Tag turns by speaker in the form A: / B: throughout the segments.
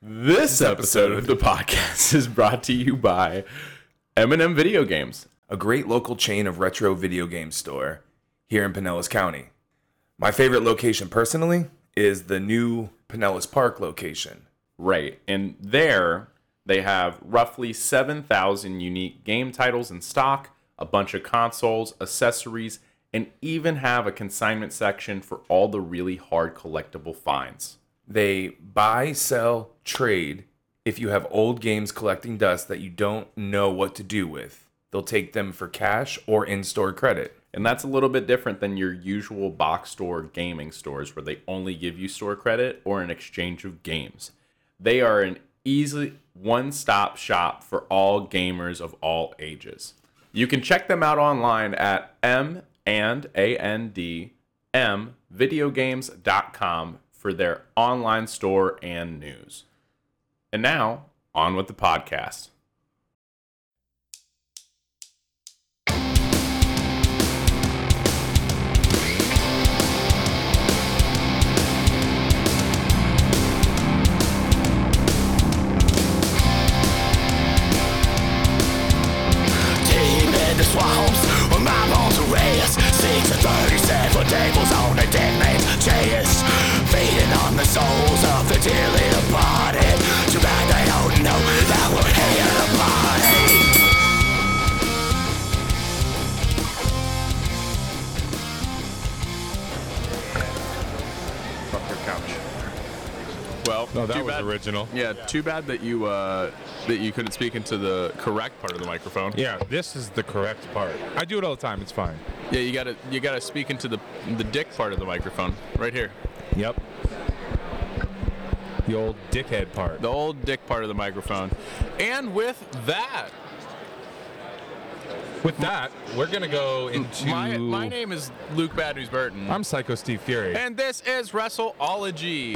A: This episode of the podcast is brought to you by M&M Video Games.
B: a great local chain of retro video game store here in Pinellas County. My favorite location personally is the new Pinellas Park location.
A: Right. And there they have roughly 7,000 unique game titles in stock, a bunch of consoles, accessories, and even have a consignment section for all the really hard collectible finds.
B: They buy, sell, trade. If you have old games collecting dust that you don't know what to do with, they'll take them for cash or in store credit.
A: And that's a little bit different than your usual box store gaming stores where they only give you store credit or an exchange of games. They are an easy one stop shop for all gamers of all ages. You can check them out online at m and a n d m videogames.com for their online store and news. And now, on with the podcast.
C: Deep in the swamps where my bones are raised Six and thirty seven tables on a dead man's chest Feeding on the souls of the dearly departed Too bad they don't know that we're here to party
D: Well,
E: No, that
D: too
E: was
D: bad-
E: original.
D: Yeah, too bad that you uh, that you couldn't speak into the correct part of the microphone.
E: Yeah, this is the correct part. I do it all the time. It's fine.
D: yeah, you gotta you gotta speak into the the dick part of the microphone right here,
E: Yep. The old dickhead part.
D: the old dick part of the microphone. And with that,
E: With that, we're gonna go into.
D: my my name Eh, is Luke Bad News Burton,
E: I'm Psycho Steve Fury.
D: and this is Wrestleology,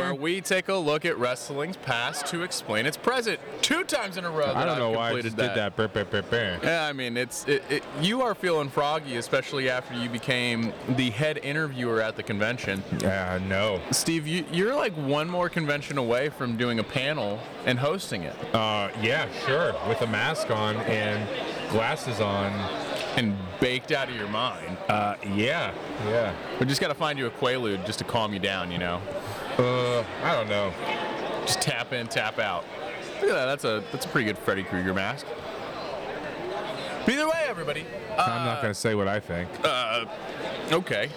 D: where
E: I
D: we take a look at wrestling's past to explain its present. Two times in a row. That
E: don't
D: I've
E: know why I
D: completed
E: just did that. Brr, brr, brr, brr.
D: Yeah, I mean, it's it, it, you are feeling froggy, especially after you became the head interviewer at the convention.
E: Yeah, no.
D: Steve, you, you're like one more convention away from doing a panel and hosting it,
E: Uh, yeah, sure. With a mask on and glasses on.
D: and baked out of your mind.
E: Uh, yeah, yeah.
D: We just gotta find you a Quaalude just to calm you down, you know.
E: Uh, I don't know.
D: Just tap in, tap out. Look at that. That's a that's a pretty good Freddy Krueger mask. But Either way, everybody.
E: I'm
D: Uh,
E: not gonna say what I think.
D: Okay.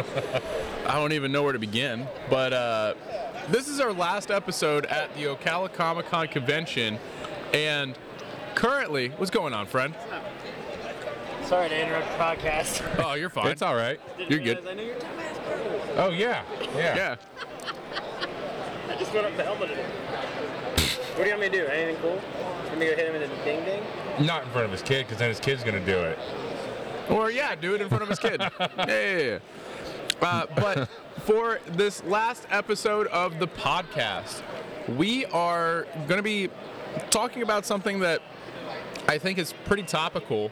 D: I don't even know where to begin, but uh, this is our last episode at the Ocala Comic Con convention, and currently, what's going on, friend?
F: Sorry to interrupt the podcast.
D: Oh, you're fine.
E: It's all right.
D: You're good.
F: I know you're talking about
E: Oh yeah, yeah.
D: Yeah.
F: I just put up the helmet. in it. What do you want me to do? Anything cool? You want me to go hit him with a ding ding?
E: Not in front of his kid, because then his kid's gonna do it.
D: Or yeah, do it in front of his kid. yeah, yeah, yeah. Uh, but for this last episode of the podcast, we are going to be talking about something that I think is pretty topical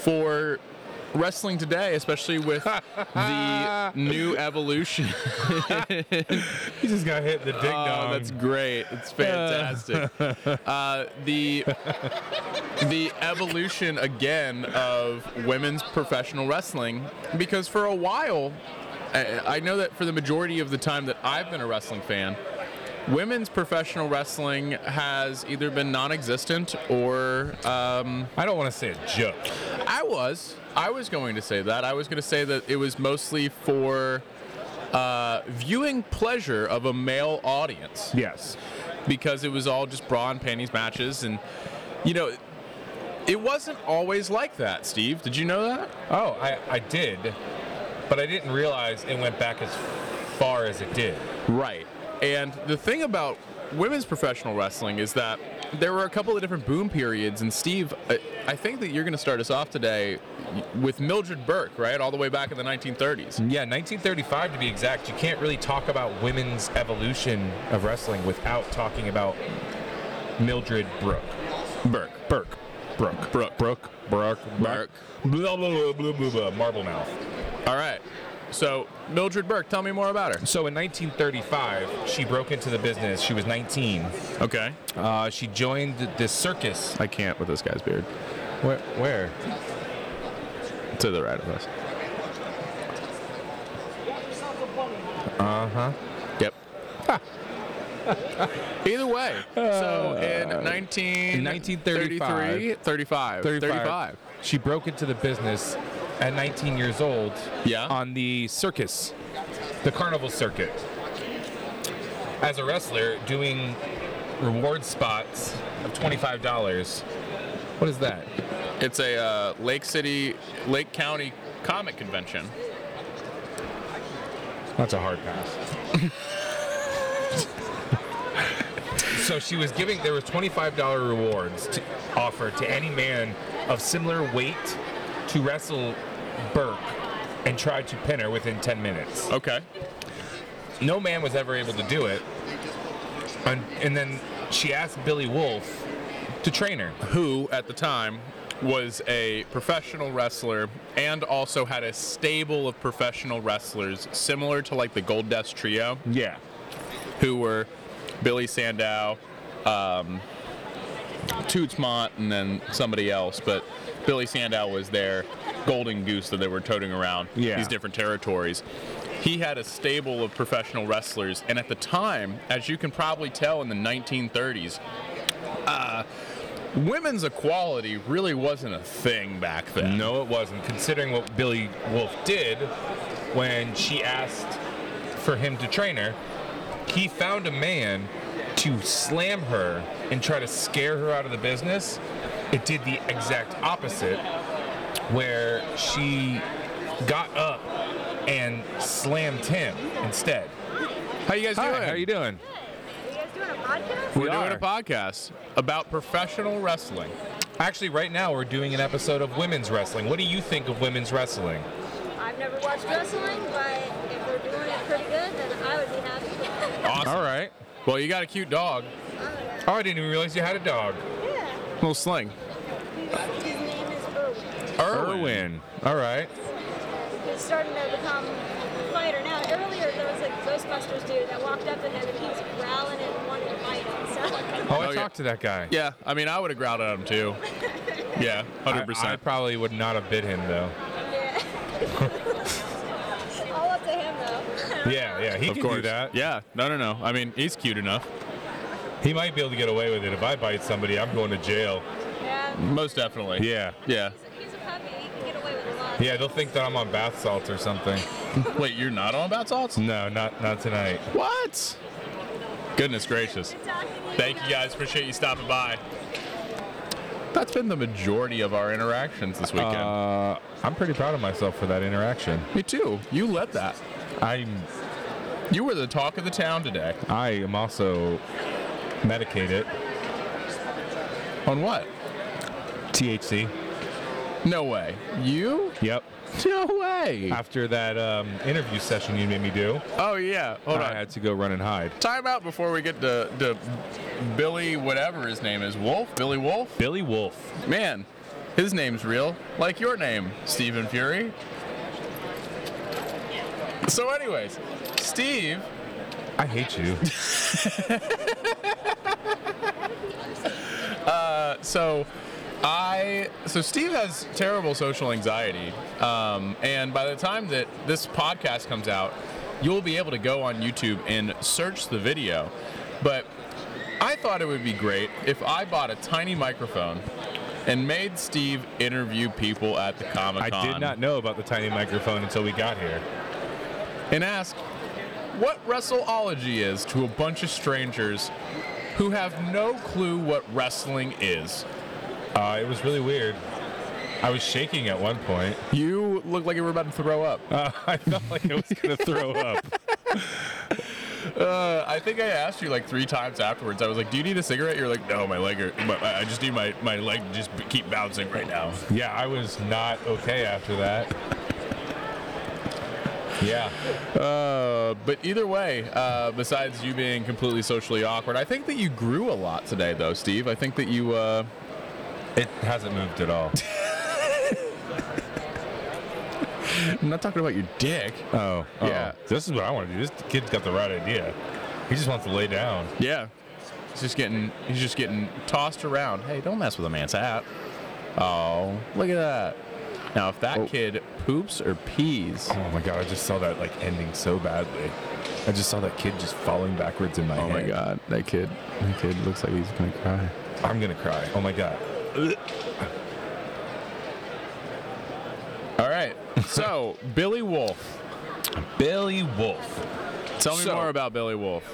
D: for wrestling today, especially with the new evolution.
E: He just got hit in the ding
D: Oh,
E: dong.
D: that's great. It's fantastic. uh, the the evolution again of women's professional wrestling because for a while I, I know that for the majority of the time that I've been a wrestling fan, women's professional wrestling has either been non-existent or um,
E: I don't want to say a joke.
D: I was. I was going to say that. I was going to say that it was mostly for uh, viewing pleasure of a male audience
E: Yes.
D: because it was all just bra and panties matches and you know it wasn't always like that steve did you know that
E: Oh, I, I did, but I didn't realize it went back as far as it did.
D: right and the thing about women's professional wrestling is that there were a couple of different boom periods and steve i, I think that you're going to start us off today with mildred burke right all the way back in the 1930s
E: Yeah, 1935 to be exact. You can't really talk about women's evolution of wrestling without talking about Mildred Brooke.
D: burke
E: Burke. Brooke. Brooke. Brooke. Brooke. Brooke. Blah, blah, blah, blah, blah, blah. Marble mouth.
D: all right So, Mildred Burke, tell me more about her.
E: So in 1935, she broke into the business. She was 19.
D: Okay.
E: Uh, she joined this circus.
D: I can't with this guy's beard.
E: Where? Where?
D: To the right of us.
E: Uh huh.
D: Uh-huh. Yep. Either way. So Uh, in 19
E: 1933,
D: 35, 35.
E: She broke into the business at 19 years old
D: Yeah.
E: on the circus, the carnival circuit. As a wrestler, doing reward spots of $25. What is that?
D: It's a uh, Lake City, Lake County comic convention.
E: That's a hard pass. so she was giving there was $25 rewards to offer to any man of similar weight to wrestle Burke and tried to pin her within 10 minutes.
D: Okay.
E: No man was ever able to do it. And, and then she asked Billy Wolf to train her.
D: Who at the time was a professional wrestler and also had a stable of professional wrestlers similar to like the Gold Dust Trio,
E: Yeah.
D: who were Billy Sandow, um, Toots Mont, and then somebody else. But Billy Sandow was their golden goose that they were toting around
E: Yeah.
D: these different territories. He had a stable of professional wrestlers, and at the time, as you can probably tell in the 1930s, uh, women's equality really wasn't a thing back then.
E: No, it wasn't. Considering what Billy Wolf did when she asked for him to train her, he found a man to slam her and try to scare her out of the business. It did the exact opposite, where she got up and slammed him instead.
D: Mm. How you guys doing?
E: doing?
G: You guys doing a podcast?
D: We're
E: We
D: doing
E: are.
D: a podcast about professional wrestling.
E: Actually, right now we're doing an episode of women's wrestling. What do you think of women's wrestling?
G: I've never watched wrestling, but if we're doing it pretty good, then I would be happy.
D: Awesome.
E: All right.
D: Well, you got a cute dog,
E: Oh, I didn't even realize you had a dog.
G: yeah.
D: little sling.
G: His name is Erwin.
E: Irwin. All right.
G: He's starting to become a fighter now. Earlier, there was a Ghostbusters dude that walked up to him and he was growling and wanted to fight him. So.
E: Oh, I
D: Oh, yeah.
E: talked to that guy.
D: Yeah, I mean, I would have growled at him too. Yeah, hundred
E: I, I
D: percent.
E: probably would not have bit him though.
G: Yeah. All up to him, though.
E: Yeah, yeah, he
D: Of
E: can
D: course.
E: do that.
D: Yeah, no, no, no. I mean, he's cute enough.
E: He might be able to get away with it. If I bite somebody, I'm going to jail.
G: yeah.
D: Most definitely.
E: Yeah.
D: Yeah.
G: He's a, he's a puppy. He can get away with a lot.
E: Yeah, they'll think that I'm on bath salts or something.
D: Wait, you're not on about salts?
E: No, not not tonight.
D: What? Goodness gracious.
G: Good talking to
D: Thank you guys. Appreciate you stopping by. That's been the majority of our interactions this weekend.
E: Uh, I'm pretty proud of myself for that interaction.
D: Me too. You led that.
E: I'm
D: You were the talk of the town today.
E: I am also medicated
D: On what?
E: THC.
D: No way. You?
E: Yep.
D: No way.
E: After that um, interview session you made me do,
D: Oh yeah. Hold
E: I
D: on.
E: had to go run and hide.
D: Time out before we get to, to Billy, whatever his name is, Wolf. Billy Wolf.
E: Billy Wolf.
D: Man, his name's real, like your name, Stephen Fury. So, anyways, Steve,
E: I hate you.
D: uh, so I, so Steve has terrible social anxiety, um, and by the time that this podcast comes out, you'll be able to go on YouTube and search the video. But I thought it would be great if I bought a tiny microphone and made Steve interview people at the Comic Con.
E: I did not know about the tiny microphone until we got here.
D: and ask what wrestleology is to a bunch of strangers who have no clue what wrestling is.
E: Uh, it was really weird. I was shaking at one point.
D: You look like you were about to throw up.
E: Uh, I felt like I was gonna throw up.
D: Uh, I think I asked you like three times afterwards. I was like, "Do you need a cigarette?" You're like, "No, my leg. Are, my, I just need my my leg to just b- keep bouncing right now."
E: Yeah, I was not okay after that. Yeah,
D: Uh, but either way, uh, besides you being completely socially awkward, I think that you grew a lot today, though, Steve. I think that you. Uh,
E: it hasn't moved at all.
D: I'm not talking about your dick.
E: Oh, oh.
D: Yeah.
E: This is what I want to do. This kid's got the right idea. He just wants to lay down.
D: Yeah. He's just getting he's just getting tossed around. Hey, don't mess with a man's hat. Oh, look at that. Now if that kid poops or pees.
E: Oh my god, I just saw that like ending so badly. I just saw that kid just falling backwards in my
D: Oh my
E: hand.
D: god, that kid that kid looks like he's gonna cry.
E: I'm gonna cry. Oh my god.
D: All right. So Billy Wolf.
E: Billy Wolf.
D: Tell me
E: So-
D: more about Billy Wolf.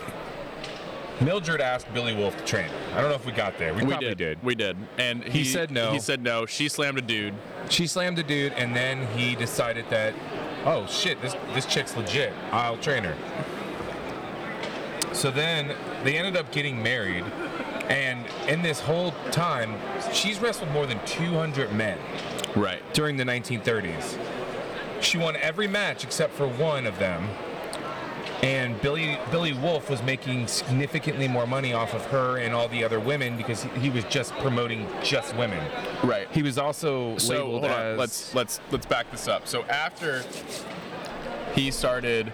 E: Mildred asked Billy Wolf to train. her. I don't know if we got there. We,
D: We
E: probably
D: did.
E: did.
D: We did. And he,
E: said no.
D: He said no. She slammed a dude.
E: She slammed the dude, and then he decided that, oh shit, this this chick's legit. I'll train her. So then they ended up getting married, and in this whole time, she's wrestled more than 200 men
D: Right.
E: during the 1930s. She won every match except for one of them. And Billy Billy Wolf was making significantly more money off of her and all the other women because he- he was just promoting just women.
D: Right.
E: He was also
D: so
E: labeled
D: hold
E: as
D: on. Let's let's let's back this up. So after he started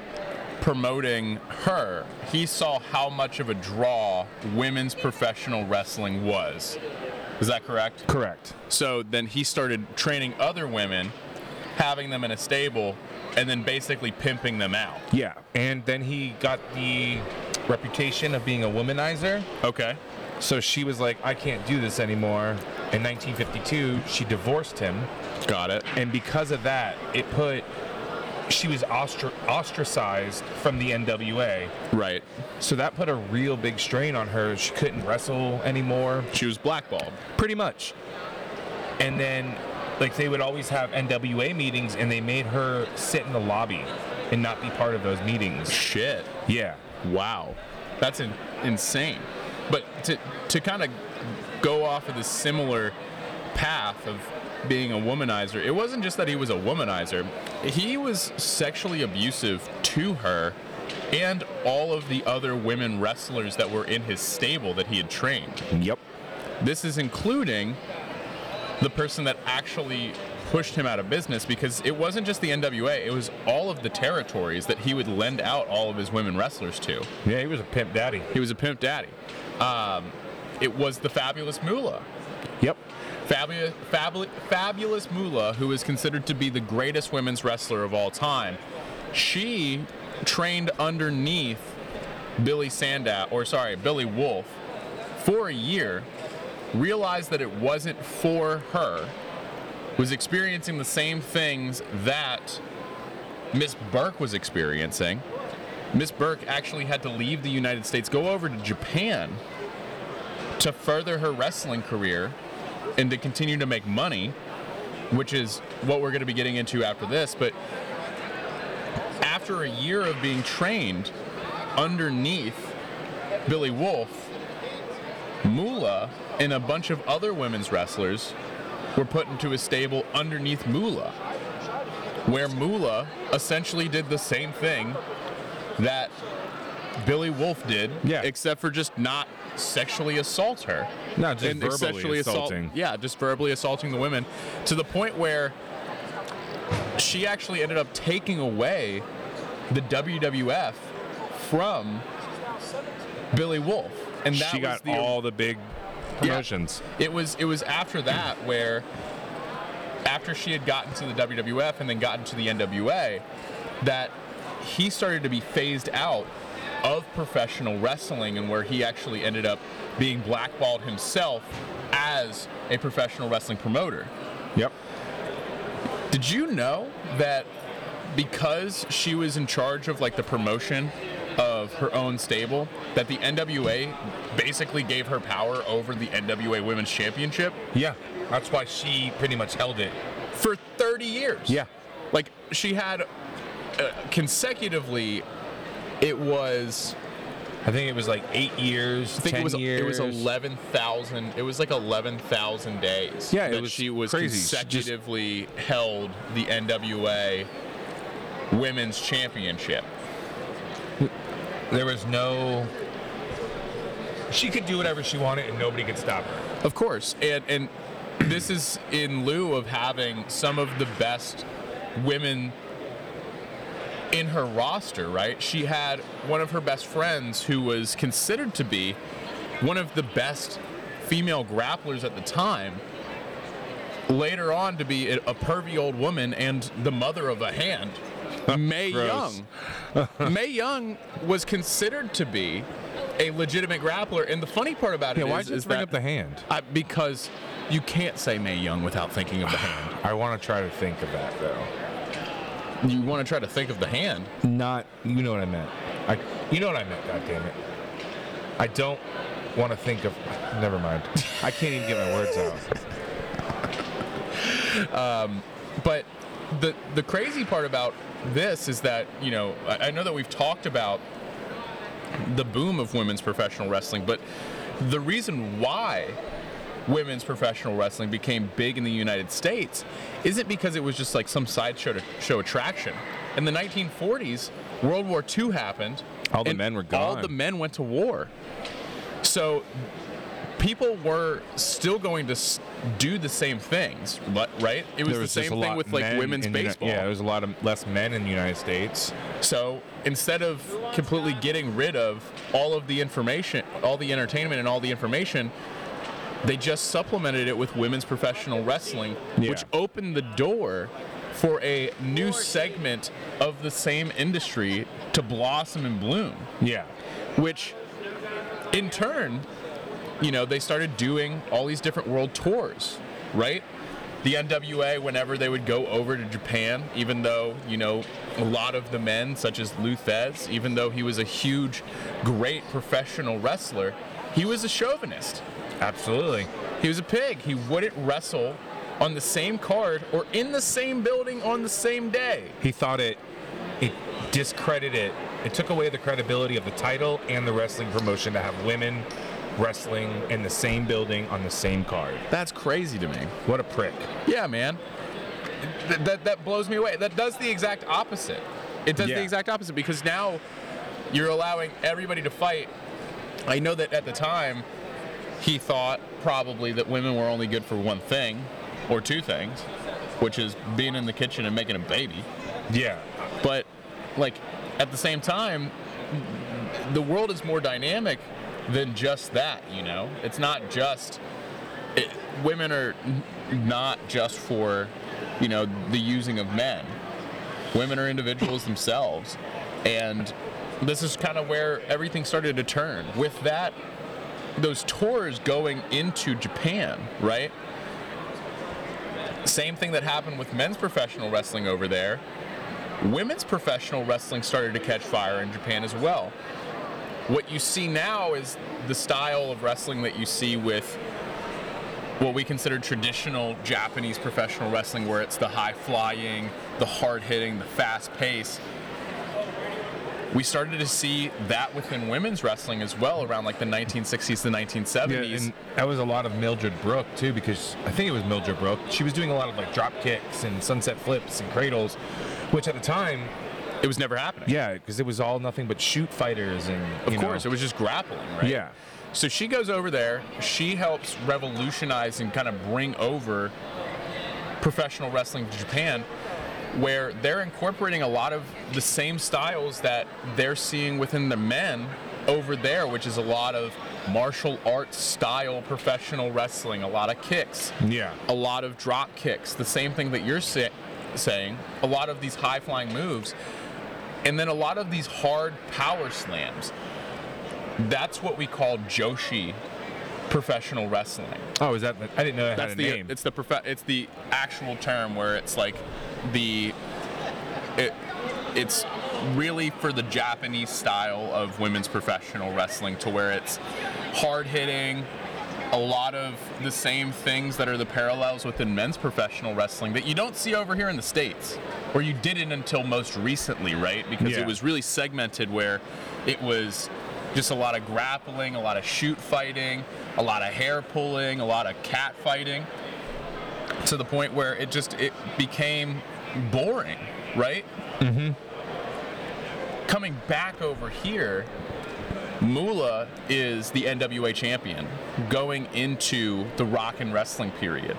D: promoting her, he saw how much of a draw women's professional wrestling was. Is that correct?
E: correct.
D: So then he started training other women, having them in a stable, and then basically pimping them out.
E: Yeah, and then he got the reputation of being a womanizer.
D: Okay.
E: So she was like, I can't do this anymore. In 1952, she divorced him,
D: Got it.
E: and because of that, it put she was ostr- ostracized from the NWA.
D: Right.
E: So that put a real big strain on her. She couldn't wrestle anymore.
D: She was blackballed.
E: pretty much. And then, like, they would always have NWA meetings, and they made her sit in the lobby and not be part of those meetings.
D: Shit.
E: Yeah.
D: Wow, that's in, insane. But to to kind of go off of the similar path of being a womanizer, it wasn't just that he was a womanizer. He was sexually abusive to her and all of the other women wrestlers that were in his stable that he had trained.
E: Yep.
D: This is including the person that actually pushed him out of business because it wasn't just the NWA, it was all of the territories that he would lend out all of his women wrestlers to.
E: Yeah, he was a pimp daddy.
D: He was a pimp daddy. Um, it was the fabulous Moolah.
E: Yep.
D: Fabulous, fabul- fabulous Moolah, who is considered to be the greatest women's wrestler of all time. She trained underneath Billy Sandow, or sorry, Billy Wolf, for a year, realized that it wasn't for her, was experiencing the same things that Miss Burke was experiencing. Miss Burke actually had to leave the United States, go over to Japan to further her wrestling career and to continue to make money, which is what we're going to be getting into after this. But after a year of being trained underneath Billy Wolf, Moolah and a bunch of other women's wrestlers were put into a stable underneath Moolah, where Moolah essentially did the same thing that Billy Wolf did,
E: Yeah.
D: except for just not sexually assault her.
E: No, just verbally
D: sexually assault-
E: assaulting.
D: yeah, just verbally assaulting the women to the point where she actually ended up taking away the WWF from Billy Wolf. And that
E: she
D: was
E: got
D: the
E: all the big promotions.
D: it was it was after that where after she had gotten to the WWF and then gotten to the NWA that he started to be phased out of professional wrestling and where he actually ended up being blackballed himself as a professional wrestling promoter.
E: Yep.
D: Did you know that because she was in charge of like the promotion of her own stable, that the NWA basically gave her power over the NWA Women's Championship
E: Yeah. That's why she pretty much held it.
D: for 30 years?
E: Yeah.
D: Like she had uh, consecutively, it was
E: I think it was like eight years,
D: I think
E: 10
D: it was
E: years.
D: it was 11,000. It was like 11,000 days.
E: Yeah, it
D: that
E: was
D: she was
E: crazy. She just-
D: consecutively held the NWA Women's Championship.
E: There was no. She could do whatever she wanted, and nobody could stop her.
D: Of course, and and this is in lieu of having some of the best
H: women in her roster, right? She had one of her best friends who was considered to be one of the best female grapplers at the time. Later on, to be a a pervy old woman and the mother of a hand, May
E: Gross.
H: Young. May Young was considered to be a legitimate grappler, and the funny part about it
E: Yeah,
H: is,
E: why'd you
H: is
E: bring
H: that
E: up the hand?
H: I, because you can't say May Young without thinking of the hand.
E: I want to try to think of that though.
H: You want to try to think of the hand.
E: Not you know what I meant. I you know what I meant. God damn it. I don't want to think of. Never mind. I can't even get my words out.
H: But the the crazy part about this is that you know I, I know that we've talked about the boom of women's professional wrestling, but the reason why women's professional wrestling became big in the United States isn't because it was just like some sideshow to show attraction. In the 1940s, World War II happened.
E: All the
H: and
E: men were
H: All
E: gone.
H: the men went to war. So people were still going to s- do the same things, but right? It was,
E: There
H: the
E: just
H: same
E: a
H: thing
E: lot
H: with like
E: men
H: women's
E: in the Uni-
H: baseball.
E: yeah, there was a lot of less men in the United States.
H: So instead of completely getting rid of all of the information, all the entertainment, and all the information, they just supplemented it with women's professional wrestling, which opened the door for a new segment of the same industry to blossom and bloom,
E: Yeah.
H: which in turn, you know, they started doing all these different world tours, right? The NWA, whenever they would go over to Japan, even though, you know, a lot of the men, such as Luthez, even though he was a huge, great professional wrestler, he was a chauvinist.
E: Absolutely.
H: He was a pig. He wouldn't wrestle on the same card or in the same building on the same day.
E: He thought it it discredited it took away the credibility of the title and the wrestling promotion to have women wrestling in the same building on the same card.
H: That's crazy to me.
E: What a prick.
H: Yeah, man. Th- that, that blows me away. That does the exact opposite. It does
E: Yeah.
H: the exact opposite because now you're allowing everybody to fight. I know that at the time, he thought probably that women were only good for one thing or two things, which is being in the kitchen and making a baby.
E: Yeah.
H: But, like, at the same time, the world is more dynamic than just that, you know? It's not just. It, women are n- not just for, you know, the using of men. Women are individuals themselves. And this is kind of where everything started to turn. With that, those tours going into Japan, right? Same thing that happened with men's professional wrestling over there women's professional wrestling started to catch fire in Japan as well. What you see now is the style of wrestling that you see with what we consider traditional Japanese professional wrestling, where it's the high flying, the hard hitting, the fast pace. We started to see that within women's wrestling as well around like the 1960s, the 1970s.
E: Yeah, and that was a lot of Mildred Brooke too, because I think it was Mildred Brooke. She was doing a lot of like drop kicks and sunset flips and cradles, which at the time,
H: it was never happening.
E: yeah, because it was all nothing but shoot fighters and
H: Of
E: you know,
H: course, it was just grappling, right?
E: Yeah.
H: So she goes over there. She helps revolutionize and kind of bring over professional wrestling to Japan, where they're incorporating a lot of the same styles that they're seeing within the men over there, which is a lot of martial arts style professional wrestling, a lot of kicks,
E: yeah,
H: a lot of drop kicks, the same thing that you're sa- saying, a lot of these high flying moves, and then a lot of these hard power slams. That's what we call Joshi professional wrestling.
E: Oh, is that? The, uh, I didn't know it
H: That's
E: had a
H: the
E: name.
H: it's the profe- it's the actual term where it's like the it it's really for the Japanese style of women's professional wrestling to where it's hard hitting a lot of the same things that are the parallels within men's professional wrestling that you don't see over here in the states or you didn't until most recently right because
E: Yeah.
H: it was really segmented where it was just a lot of grappling a lot of shoot fighting a lot of hair pulling a lot of cat fighting to the point where it just it became boring, right? Mm-hmm. Coming back over here, Moolah is the NWA champion going into the rock and wrestling period.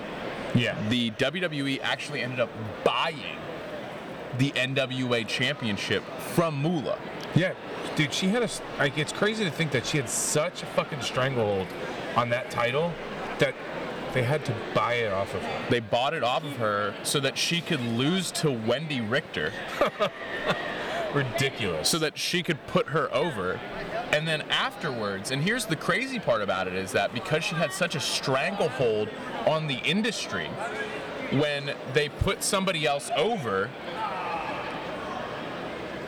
E: yeah,
H: E The WWE actually ended up buying the NWA Championship from Moolah.
E: Yeah, dude, she had a s- like. It's crazy to think that she had such a fucking stranglehold on that title that they had to buy it off of her.
H: They bought it off of her so that she could lose to Wendy Richter,
E: Ridiculous.
H: so that she could put her over. And then afterwards, and here's the crazy part about it is that because she had such a stranglehold on the industry, when they put somebody else over,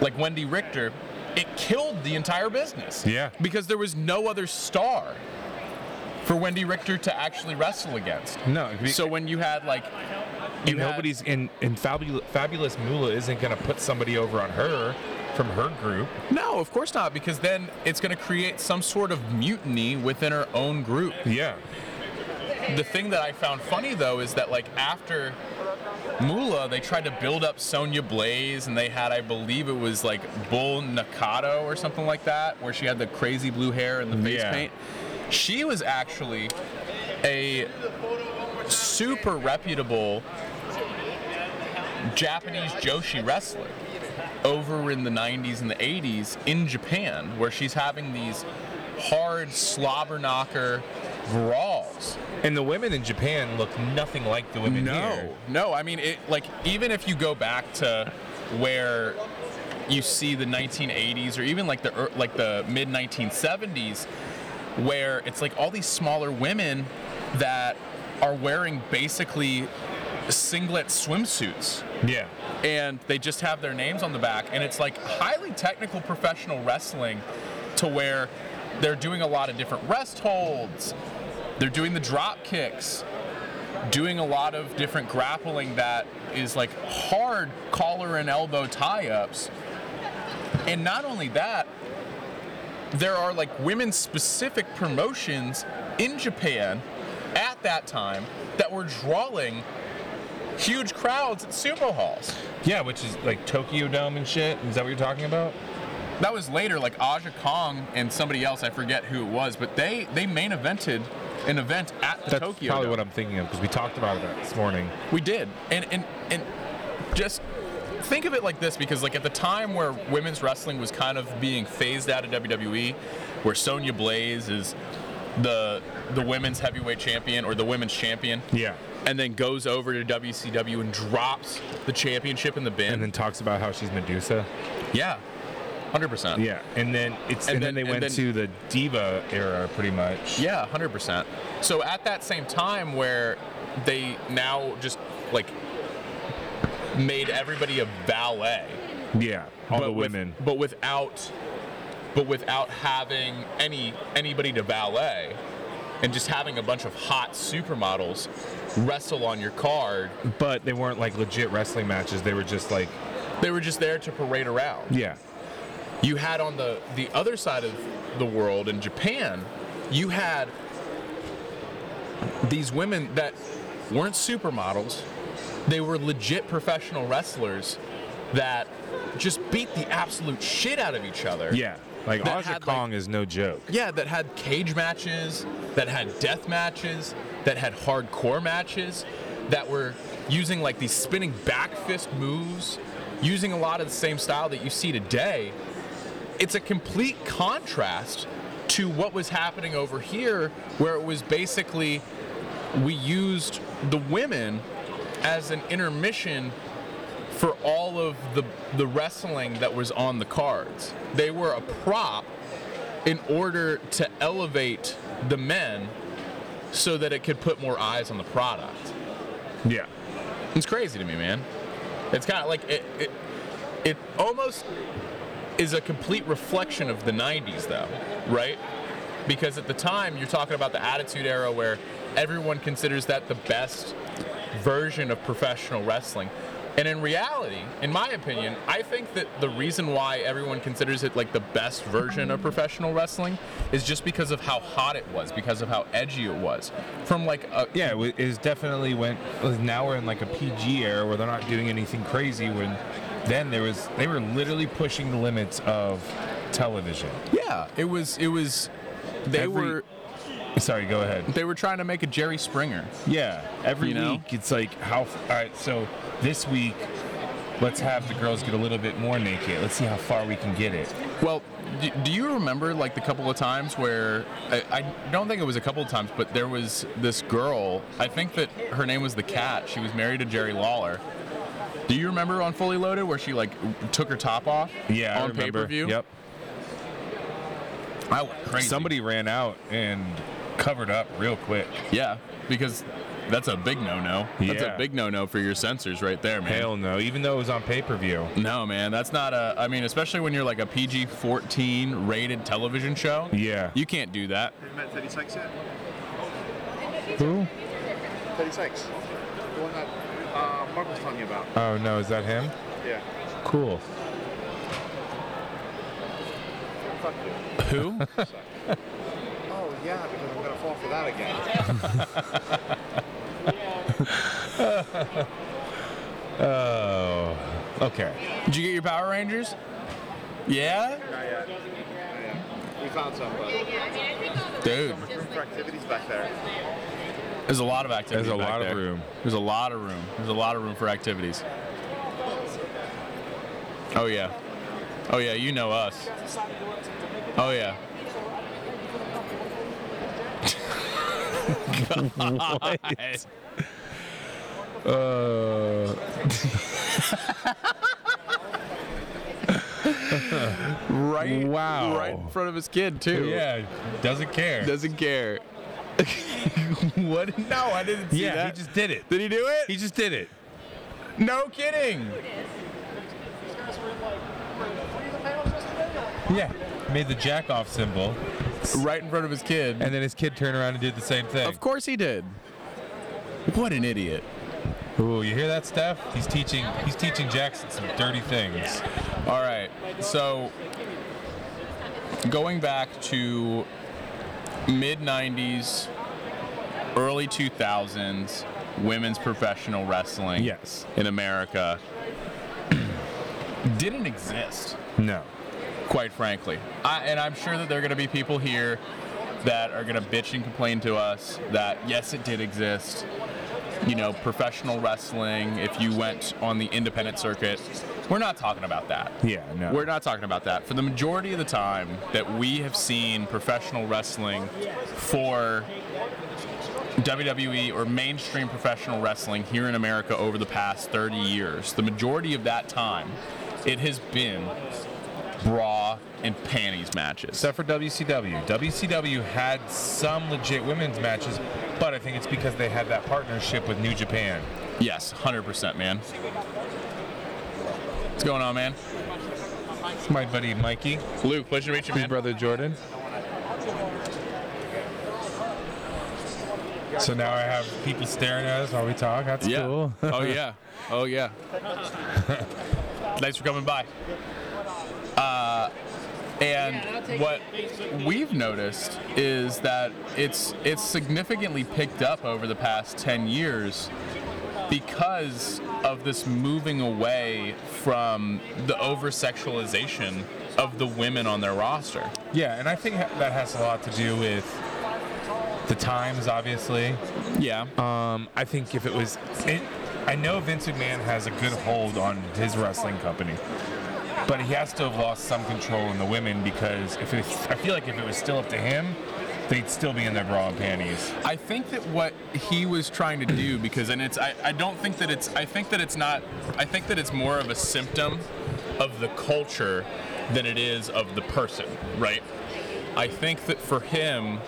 H: like Wendy Richter, it killed the entire business.
E: Yeah.
H: Because there was no other star for Wendy Richter to actually wrestle against.
E: no, it'd be-
H: So when you had like
E: and
H: had-
E: nobody's in in fabulous fabulous Moolah isn't gonna put somebody over on her from her group.
H: No, of course not, because then it's going to create some sort of mutiny within her own group.
E: Yeah,
H: The thing that I found funny though is that like after Moolah, they tried to build up Sonya Blaze, and they had, I believe, it was like Bull Nakano or something like that, where she had the crazy blue hair and the face
E: Yeah.
H: paint. She was actually a super reputable Japanese Joshi wrestler over in the 90s and the 80s in Japan, where she's having these hard slobber knocker brawls.
E: and the women in Japan look nothing like the women here.
H: No, I mean, it, like, even if you go back to where you see the 1980s or even like the, er- like the mid 1970s, where it's like all these smaller women that are wearing basically singlet swimsuits
E: Yeah,
H: and they just have their names on the back and it's like highly technical professional wrestling to where they're doing a lot of different rest holds they're doing the drop kicks doing a lot of different grappling that is like hard collar and elbow tie-ups and not only that there are like women specific promotions in Japan at that time that were drawing huge crowds at sumo halls
E: yeah, which is like Tokyo Dome and shit. Is that what you're talking about?
H: That was later, like Aja Kong and somebody else, I forget who it was, but they they main evented an event at the
E: That's
H: Tokyo.
E: probably
H: Dome.
E: what I'm thinking of because we talked about that this morning.
H: We did, and and and just think of it like this, because like at the time where women's wrestling was kind of being phased out of WWE, where Sonya Blaze is the the women's heavyweight champion or the women's champion,
E: Yeah,
H: and then goes over to WCW and drops the championship in the bin.
E: and then talks about how she's Medusa.
H: yeah, hundred percent.
E: Yeah, and then it's
H: And
E: and, then,
H: then-
E: they
H: and
E: went
H: then-
E: to the diva era pretty much.
H: Yeah, hundred percent. So at that same time, where they now just like made everybody a valet,
E: yeah, all the
H: with-
E: women.
H: but without, but without having any anybody to valet, and just having a bunch of hot supermodels wrestle on your card.
E: but they weren't like legit wrestling matches. They were just like,
H: They were just there to parade around.
E: yeah,
H: you had on the the other side of the world in Japan, you had these women that weren't supermodels. They were legit professional wrestlers that just beat the absolute shit out of each other.
E: yeah. Like
H: That
E: Aja
H: had, like-
E: Kong is no joke.
H: Yeah, that had cage matches, that had death matches, that had hardcore matches, that were using like these spinning back fist moves, using a lot of the same style that you see today. It's a complete contrast to what was happening over here, where it was basically we used the women as an intermission for all of the, the wrestling that was on the cards. They were a prop in order to elevate the men so that it could put more eyes on the product.
E: Yeah,
H: It's crazy to me, man. It's kind of like it, it, it almost is a complete reflection of the 90s, though, right? Because at the time, you're talking about the Attitude Era where everyone considers that the best version of professional wrestling. And in reality, in my opinion, I think that the reason why everyone considers it like the best version of professional wrestling is just because of how hot it was, because of how edgy it was. From like a,
E: yeah. It, wa- it's definitely went. Now we're in like a PG era where they're not doing anything crazy. When then there was, they were literally pushing the limits of television.
H: Yeah, it was. It was. They
E: Every-
H: were.
E: Sorry, go ahead.
H: They were trying to make a Jerry Springer.
E: Yeah, every
H: You know?
E: week it's like how. All right, so this week Let's have the girls get a little bit more naked. Let's see how far we can get it.
H: Well, do, do you remember like the couple of times where I, I don't think it was a couple of times, but there was this girl. I think that her name was the Cat. She was married to Jerry Lawler. Do you remember on Fully Loaded where she like took her top off?
E: Yeah, I
H: on pay
E: remember.
H: per view.
E: Yep.
H: I went crazy.
E: Somebody ran out and covered up real quick.
H: Yeah, because that's a big no-no. That's
E: Yeah.
H: a big no-no for your sensors right there, man.
E: Hell no, even though it was on pay per view.
H: No, man, that's not a. I mean, especially when you're like a PG-14 rated television show.
E: Yeah.
H: You can't do that.
I: Have you met 30 Sykes yet?
E: Who?
I: 30 Sykes. The one that uh, Mark was telling you about.
E: Oh no, is that him?
I: Yeah.
E: Cool.
H: Who?
I: Oh, yeah, because I'm going to fall for that again.
E: Oh, okay.
H: Did you get your Power Rangers? Yeah?
I: We found some, but
H: Dude,
I: room for activities back there.
H: there's a lot of activities.
E: There's a
H: back
E: lot of
H: there.
E: room.
H: There's a lot of room. There's a lot of room for activities. Oh, yeah. Oh, yeah, you know us. Oh, yeah. God.
E: Uh,
H: Right,
E: Wow.
H: right in front of his kid, too.
E: yeah, doesn't care.
H: Doesn't care. what? No, I didn't see
E: yeah,
H: that.
E: he just did it.
H: Did he do it?
E: He just did it.
H: No kidding.
E: Yeah. Made the jack off symbol,
H: Right in front of his kid.
E: and then his kid turned around and did the same thing.
H: Of course he did. What an idiot.
E: Ooh, you hear that, Steph? He's teaching. He's teaching Jackson some dirty things.
H: All right. So going back to mid 90s, early 2000s, women's professional wrestling
E: Yes.
H: in America didn't exist.
E: No.
H: quite frankly. I, and I'm sure that there are going to be people here that are going to bitch and complain to us that yes, it did exist. You know, professional wrestling, if you went on the independent circuit, we're not talking about that.
E: Yeah. No.
H: We're not talking about that. For the majority of the time that we have seen professional wrestling for WWE E or mainstream professional wrestling here in America over the past 30 years, the majority of that time, it has been bra and panties matches.
E: Except for WCW. WCW had some legit women's matches, but I think it's because they had that partnership with New Japan.
H: Yes, 100%, man. What's going on, man?
E: It's my buddy Mikey,
H: Luke, pleasure to meet you,
E: his
H: man.
E: brother Jordan. So now I have people staring at us while we talk. That's
H: Yeah.
E: cool.
H: oh yeah. Oh yeah. Thanks for coming by. Uh, and what we've noticed is that it's it's significantly picked up over the past 10 years because of this moving away from the over sexualization of the women on their roster.
E: yeah, and I think ha- that has a lot to do with the times, obviously.
H: Yeah.
E: Um, I think if it was, it, I know Vince McMahon has a good hold on his wrestling company, but he has to have lost some control in the women because if it, I feel like if it was still up to him, they'd still be in their bra and panties.
H: I think that what he was trying to do, because and it's I, I don't think that it's I think that it's not I think that it's more of a symptom of the culture than it is of the person, right? I think that for him,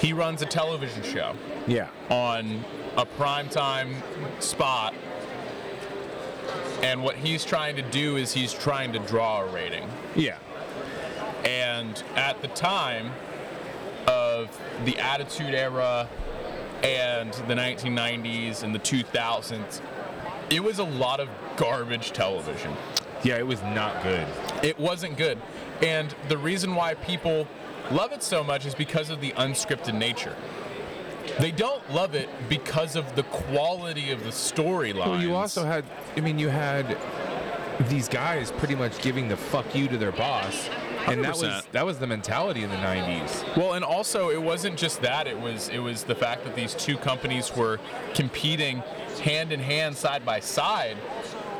H: he runs a television show
E: Yeah.
H: on a primetime spot. And what he's trying to do is he's trying to draw a rating.
E: Yeah.
H: And at the time of the Attitude Era and the 1990s and the 2000s, it was a lot of garbage television.
E: Yeah, it was not good.
H: It wasn't good. And the reason why people love it so much is because of the unscripted nature. They don't love it because of the quality of the storyline.
E: Well, you also had, I mean, you had these guys pretty much giving the fuck you to their boss, and that was
H: 100%.
E: that was the mentality in the '90s.
H: Well, and also it wasn't just that. It was it was the fact that these two companies were competing hand in hand, side by side,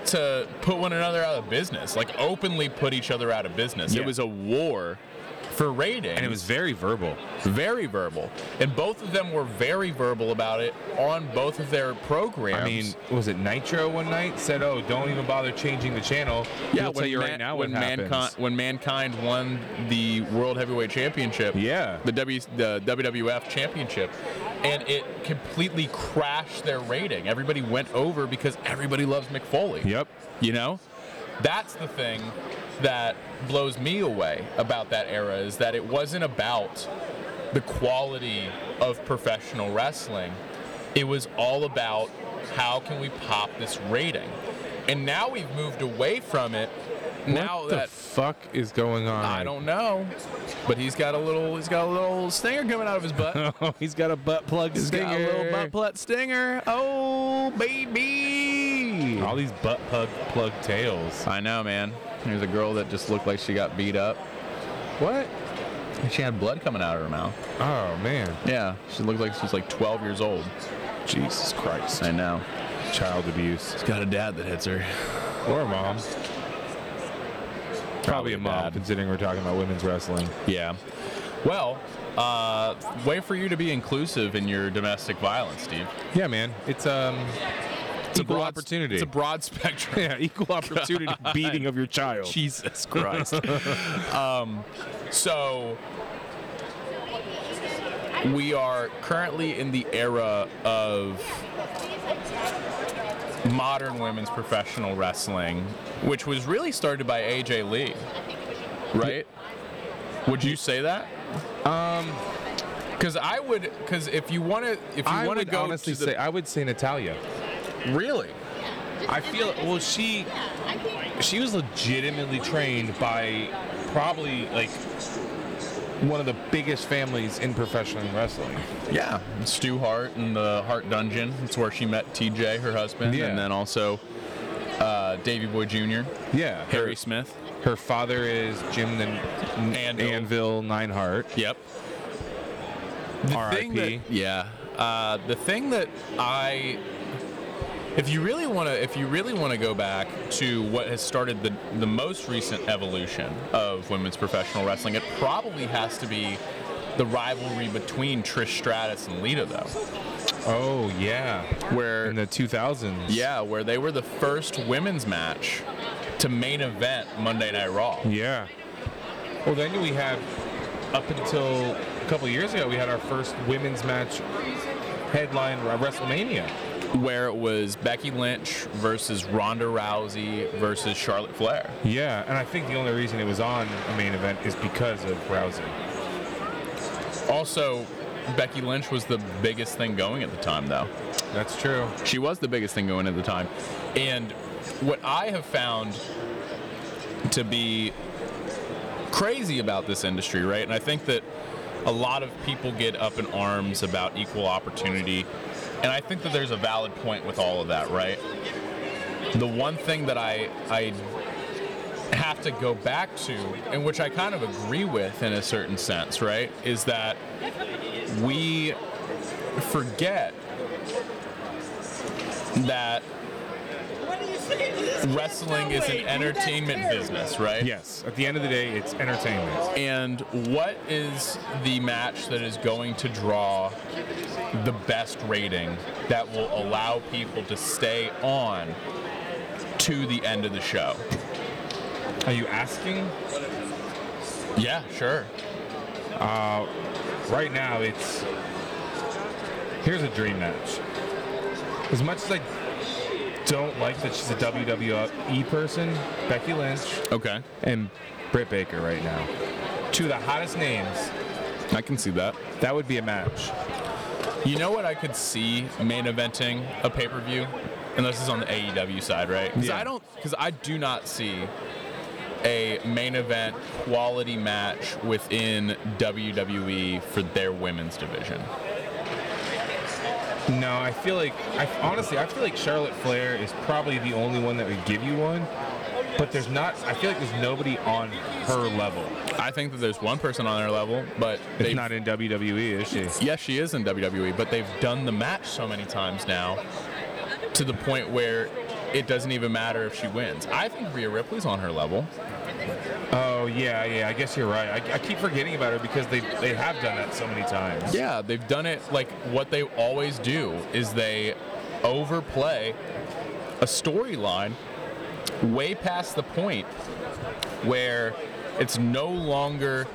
H: to put one another out of business, like openly put each other out of business. It
B: Yeah.
H: was a war for rating,
E: And it was very verbal.
H: very verbal, and both of them were very verbal about it on both of their programs.
E: I mean, was it Nitro one night said, "Oh, don't even bother changing the channel."
H: yeah,
E: we'll
H: when
E: tell you
H: Ma-
E: right now
H: when
E: what
H: mankind
E: happens."
H: when mankind won the world heavyweight championship,
E: Yeah.
H: the W the WWF championship, and it completely crashed their rating. Everybody went over because everybody loves McFoley.
E: Yep.
H: You know? That's the thing that blows me away about that era is that it wasn't about the quality of professional wrestling. It was all about how can we pop this rating. And now we've moved away from it. now
E: what
H: that
E: the fuck is going on?
H: I don't know, but he's got a little he's got a little stinger coming out of his butt.
E: know. He's got a butt plug
H: He's
E: stinger.
H: got a little butt plug stinger. Oh baby.
E: All these butt plug plug tails.
H: I know, man. There's a girl that just looked like she got beat up.
E: What?
H: And she had blood coming out of her mouth.
E: Oh man.
H: Yeah, she looked like she's like 12 years old.
E: Jesus Christ.
H: I know.
E: Child abuse.
H: She's got a dad that hits her.
E: Or a mom. Probably a mom,
H: dad.
E: considering we're talking about women's wrestling.
H: Yeah. Well, uh, way for you to be inclusive in your domestic violence, Steve.
E: Yeah, man. It's um. It's a
H: Equal
E: broad
H: op-
E: opportunity.
H: It's a broad spectrum.
E: yeah, equal opportunity beating of your child.
H: Jesus Christ. um, so we are currently in the era of modern women's professional wrestling, which was really started by AJ Lee, right? Would you say that? Um, because I would, because if you want to, if you
E: I
H: want to
E: would
H: go
E: honestly
H: to the,
E: say I would say Natalia.
H: really,
E: I feel well. She she was legitimately trained by probably like one of the biggest families in professional wrestling.
H: Yeah, Stu Hart and the Hart Dungeon. It's where she met TJ, her husband,
E: Yeah.
H: and then also uh, Davy Boy Jr.,
E: Yeah,
H: Harry Smith.
E: Her father is Jim the Anvil,
H: Anvil.
E: Anvil Neinhardt.
H: Yep. The thing
E: R.I.P..
H: that- yeah. Uh, the thing that I, if you really want to, if you really want to go back to what has started the the most recent evolution of women's professional wrestling, it probably has to be the rivalry between Trish Stratus and Lita, though,
E: Oh yeah,
H: where
E: in the 2000s.
H: Yeah, where they were the first women's match to main event Monday Night Raw.
E: Yeah. Well, then we have up until a couple years ago, we had our first women's match headline at WrestleMania.
H: Where it was Becky Lynch versus Ronda Rousey versus Charlotte Flair.
E: Yeah, and I think the only reason it was on a main event is because of Rousey.
H: Also, Becky Lynch was the biggest thing going at the time, though.
E: That's true.
H: She was the biggest thing going at the time. And what I have found to be crazy about this industry, right? And I think that a lot of people get up in arms about equal opportunity. And I think that there's a valid point with all of that, right? The one thing that I, I have to go back to, and which I kind of agree with in a certain sense, right, is that we forget that wrestling is an entertainment business, right?
E: Yes, at the end of the day, it's entertainment.
H: And what is the match that is going to draw the best rating that will allow people to stay on to the end of the show?
E: Are you asking?
H: Yeah, sure.
E: Right now, it's here's a dream match. As much as I don't like that she's a WWE person, Becky Lynch
H: Okay.
E: and Britt Baker right now, two of the hottest names.
H: I can see that.
E: That would be a match.
H: You know what I could see main eventing a pay per view, and this is on the AEW side, right? Because
E: Yeah.
H: I don't, because I do not see a main event quality match within WWE for their women's division.
E: No, I feel like I honestly I feel like Charlotte Flair is probably the only one that would give you one. But there's not. I feel like there's nobody on her level.
H: I think that there's one person on their level, but
E: It's
H: they've
E: not in WWE, is she?
H: Yes, she is in E, WWE, but they've done the match so many times now to the point where it doesn't even matter if she wins. I think Rhea Ripley's on her level.
E: Oh yeah, yeah. I guess you're right. I, I keep forgetting about her because they they have done that so many times.
H: Yeah, they've done it like what they always do is they overplay a storyline way past the point where it's no longer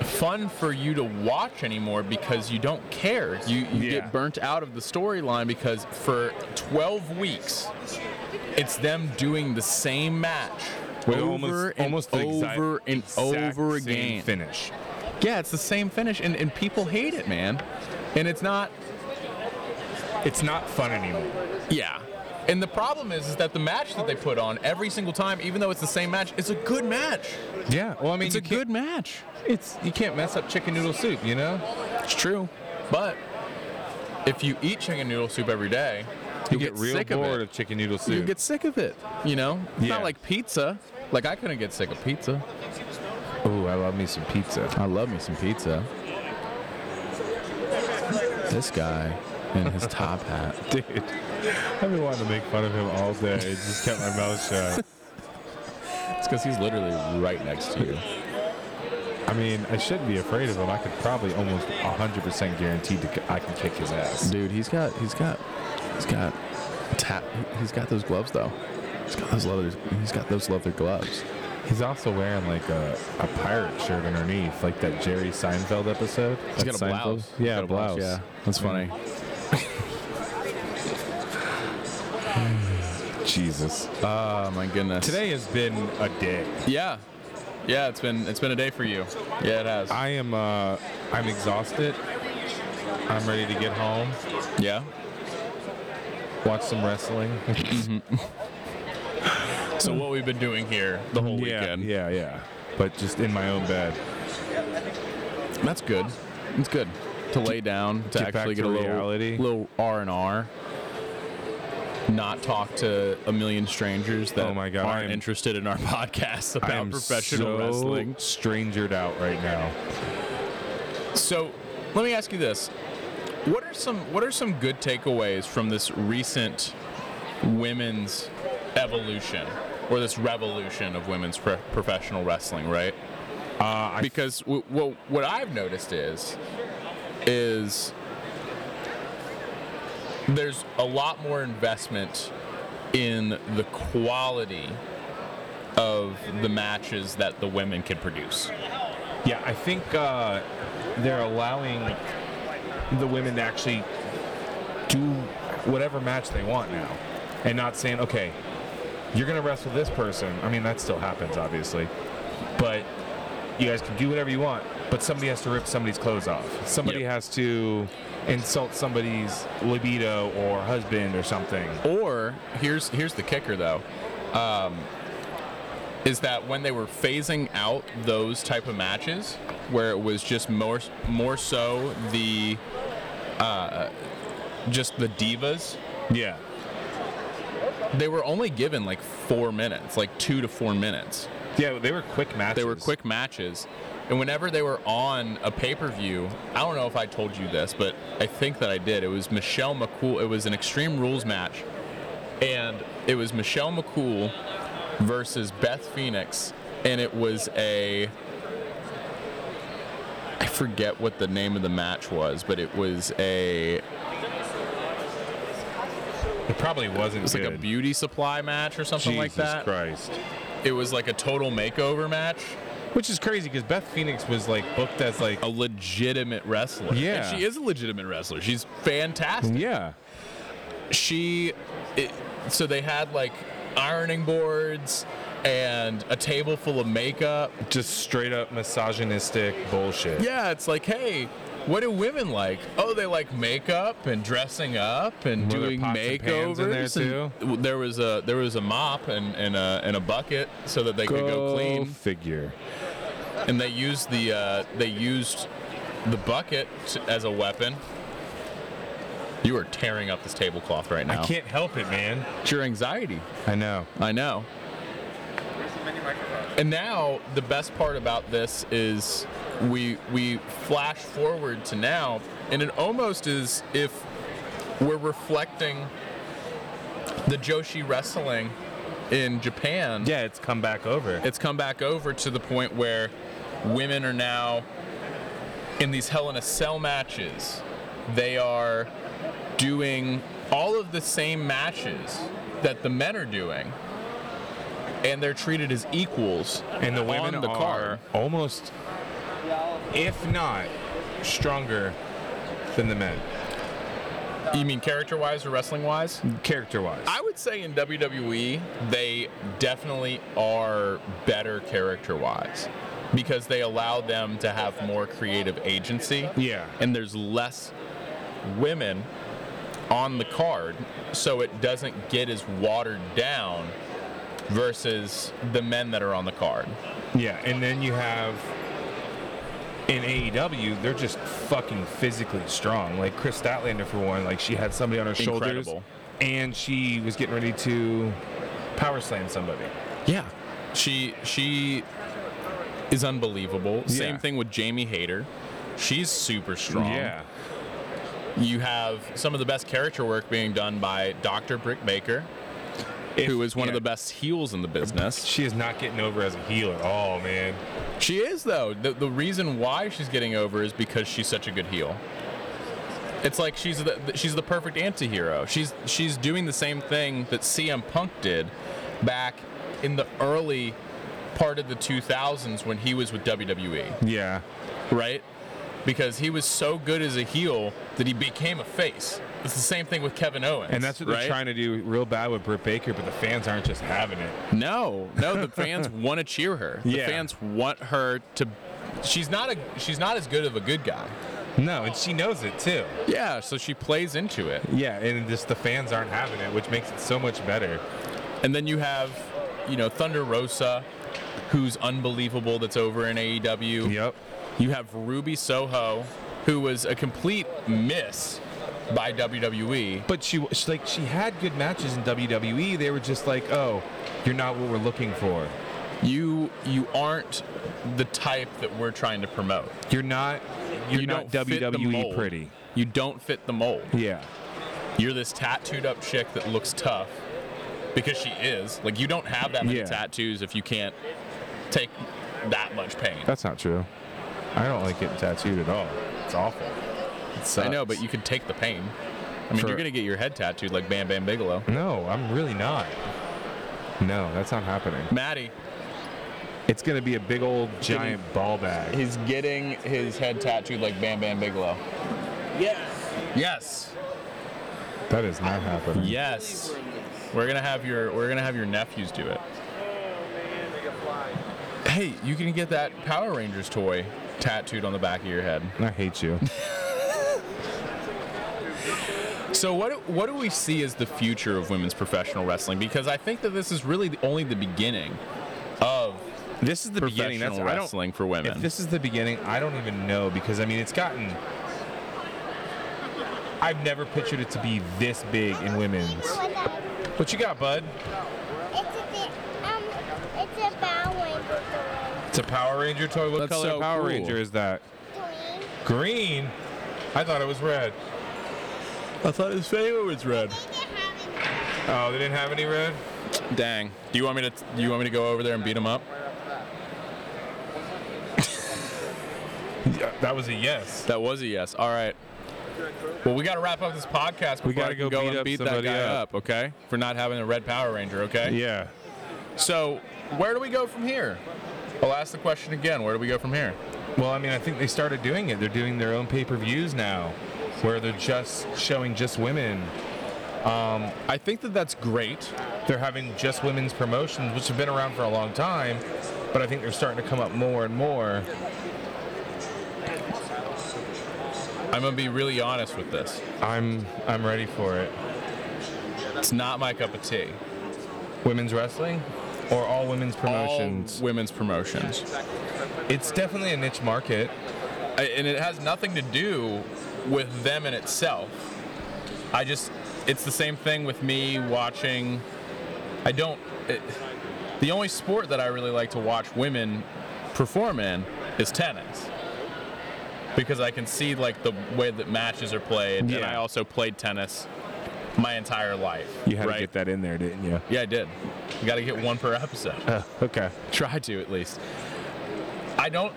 H: fun for you to watch anymore because you don't care. You, you
E: Yeah.
H: get burnt out of the storyline because for 12 weeks it's them doing the same match
E: With
H: over
E: almost
H: and
E: almost the exact-
H: over and
E: exact
H: over
E: same
H: again.
E: finish.
H: Yeah, it's the same finish, and, and people hate it, man. And it's not.
E: It's not fun anymore.
H: Yeah. And the problem is, is that the match that they put on every single time, even though it's the same match, it's a good match.
E: Yeah. Well, I mean,
H: It's
E: you
H: a
E: can't-
H: good match.
E: It's you can't mess up chicken noodle soup, you know.
H: It's true. But if you eat chicken noodle soup every day,
E: You
H: you
E: get, real
H: sick
E: bored
H: of
E: of,
H: it.
E: chicken noodle soup.
H: You get sick of it. You know, it's
E: Yeah.
H: not like pizza. Like I couldn't get sick of pizza.
E: oh, I love me some pizza.
H: I love me some pizza. This guy in his top hat.
E: Dude, I've been wanting to make fun of him all day. I just kept my mouth shut.
H: It's because he's literally right next to you.
E: I mean, I shouldn't be afraid of him. I could probably almost 100% guaranteed to, c- I can kick his ass.
H: Dude, he's got he's got he's got tap he's got those gloves though. He's got those leather he's got those leather gloves.
E: He's also wearing like a, a pirate shirt underneath, like that Jerry Seinfeld episode.
H: He's
E: That
H: got a
E: Seinfeld-
H: blouse. He's
E: Yeah,
H: got
E: a blouse.
H: Yeah. That's funny.
E: Jesus.
H: Oh my goodness.
E: Today has been a day.
H: Yeah. Yeah, it's been it's been a day for you. Yeah, it has.
E: I am uh I'm exhausted. I'm ready to get home,
H: yeah.
E: watch some wrestling.
H: So what we've been doing here the whole weekend.
E: Yeah, yeah. But just in my own bed.
H: That's good. It's good to lay down to
E: Get back
H: actually get
E: to
H: a little
E: reality.
H: little R and R. Not talk to a million strangers that
E: Oh my God, I
H: aren't
E: am-
H: interested in our podcast about
E: I am
H: professional
E: so
H: wrestling.
E: strangered out right now.
H: So, let me ask you this: what are some what are some good takeaways from this recent women's evolution or this revolution of women's pro- professional wrestling? Right?
E: Uh, I,
H: Because w- w- what I've noticed is is there's a lot more investment in the quality of the matches that the women can produce.
E: yeah, I think uh, they're allowing the women to actually do whatever match they want now, and not saying, okay, you're gonna wrestle this person. I mean, that still happens, obviously, but you guys can do whatever you want. But somebody has to rip somebody's clothes off. Somebody
H: Yep.
E: has to insult somebody's libido or husband or something.
H: Or here's here's the kicker though, um, is that when they were phasing out those type of matches, where it was just more more so the, uh, just the divas,
E: Yeah.
H: they were only given like four minutes, like two to four minutes.
E: Yeah, they were quick matches.
H: They were quick matches. And whenever they were on a pay per view, I don't know if I told you this, but I think that I did. It was Michelle McCool. It was an Extreme Rules match. And it was Michelle McCool versus Beth Phoenix. And it was a. I forget what the name of the match was, but it was a. It
E: It probably wasn't
H: was like a
E: good.
H: beauty supply match or something like
E: Jesus
H: that.
E: Christ.
H: It was like a total makeover match.
E: Which is crazy because Beth Phoenix was like booked as like
H: a legitimate wrestler.
E: Yeah.
H: And she is a legitimate wrestler. She's fantastic.
E: yeah.
H: She, it, so they had like ironing boards and a table full of makeup.
E: Just straight up misogynistic bullshit.
H: Yeah, it's like, hey, what do women like? Oh, they like makeup and dressing up and
E: Were there
H: doing
E: pots and pans
H: makeovers.
E: in there, too?
H: and there was a there was a mop and, and a and a bucket so that they could go clean.
E: figure.
H: and they used the uh, they used the bucket t- as a weapon. You are tearing up this tablecloth right now.
E: I can't help it, man.
H: It's your anxiety.
E: I know.
H: I know. And now the best part about this is we we flash forward to now, and it almost is if we're reflecting the Joshi wrestling in Japan.
E: Yeah, it's come back over.
H: It's come back over to the point where women are now in these Hell in a Cell matches. They are doing all of the same matches that the men are doing, and they're treated as equals.
E: and the women
H: on the
E: are
H: card.
E: almost, if not stronger than the men,
H: You mean character wise or wrestling wise?
E: character wise.
H: I would say in WWE, they definitely are better character wise because they allow them to have more creative agency.
E: Yeah.
H: And there's less women on the card, so it doesn't get as watered down versus the men that are on the card.
E: Yeah, and then you have in AEW, they're just fucking physically strong. Like Chris Statlander for one, like she had somebody on her shoulders,
H: Incredible.
E: and she was getting ready to power slam somebody.
H: Yeah. She she is unbelievable. Same
E: Yeah.
H: thing with Jamie Hayter. She's super strong.
E: Yeah,
H: You have some of the best character work being done by Dr. Britt Baker, who is one of
E: yeah.
H: the best heels in the business.
E: she is not getting over as a heel at all, man.
H: She is, though. The, the reason why she's getting over is because she's such a good heel. It's like she's the, she's the perfect anti hero. She's, she's doing the same thing that CM Punk did back in the early part of the 2000s when he was with WWE,
E: Yeah,
H: right? Because he was so good as a heel that he became a face. It's the same thing with Kevin Owens.
E: and that's what
H: right?
E: they're trying to do real bad with Britt Baker, but the fans aren't just having it.
H: No, no, the fans want to cheer her. The
E: Yeah.
H: fans want her to. She's not a. She's not as good of a good guy.
E: No, and she knows it too.
H: Yeah, so she plays into it,
E: Yeah, and just the fans aren't having it, which makes it so much better.
H: and then you have, you know, Thunder Rosa, who's unbelievable. That's over in AEW.
E: Yep.
H: You have Ruby Soho, who was a complete miss by E. WWE.
E: But she, she like she had good matches in WWE. They were just like, oh, you're not what we're looking for.
H: You you aren't the type that we're trying to promote.
E: You're not. You're
H: you
E: not
H: don't fit the
E: WWE
H: mold.
E: pretty.
H: You don't fit the mold.
E: Yeah.
H: you're this tattooed up chick that looks tough because she is. Like you don't have that many
E: Yeah.
H: tattoos if you can't take that much pain.
E: That's not true. I don't like getting tattooed at all. It's awful.
H: I know, but you can take the pain. I mean,
E: For-
H: you're gonna get your head tattooed like Bam Bam Bigelow.
E: No, I'm really not. No, that's not happening.
H: Maddie,
E: It's gonna be a big old giant ball bag.
H: he's getting his head tattooed like Bam Bam Bigelow. Yes.
E: That is not happening.
H: Yes. Yes. We're gonna have your we're gonna have your nephews do it. Hey, you can get that Power Rangers toy tattooed on the back of your head.
E: I hate you.
H: So what do- what do we see as the future of women's professional wrestling? Because I think that this is really the, only the beginning of
E: This is the beginning. That's
H: professional
E: I don't-
H: wrestling for women.
E: If this is the beginning, I don't even know because I mean it's gotten. I've never pictured it to be this big in women's. What you got, bud?
J: It's a bit, um, it's a bowing
E: It's a Power Ranger toy. What
H: That's
E: color
H: so
E: Power
H: cool.
E: Ranger is that?
J: green.
E: Green. I thought it was red.
H: I thought his favorite was red.
J: They didn't have
E: Oh, they didn't have any red.
H: Dang. Do you want me to do you want me to go over there and beat him up?
E: Yeah, that was a yes.
H: That was a yes. All right. Well, we got to wrap up this podcast before
E: We gotta
H: I can
E: go
H: go
E: beat
H: and
E: up
H: beat that
E: somebody
H: guy
E: up.
H: up. okay? For not having a red Power Ranger, okay?
E: Yeah.
H: So, where do we go from here? I'll ask the question again. Where do we go from here?
E: Well, I mean, I think they started doing it. They're doing their own pay-per-views now, where they're just showing just women. Um,
H: I think that that's great.
E: they're having just women's promotions, which have been around for a long time, but I think they're starting to come up more and more.
H: I'm going to be really honest with this.
E: I'm I'm ready for it.
H: It's not my cup of tea.
E: Women's wrestling or all women's promotions.
H: All women's promotions.
E: it's definitely a niche market.
H: I- And it has nothing to do with them in itself. I just, it's the same thing with me watching. I don't, it, the only sport that I really like to watch women perform in is tennis. Because I can see like the way that matches are played, and
E: Yeah.
H: I also played tennis my entire life.
E: You had
H: right?
E: to get that in there, didn't you?
H: Yeah, I did. You got to get one per episode.
E: Okay.
H: Try to at least. I don't.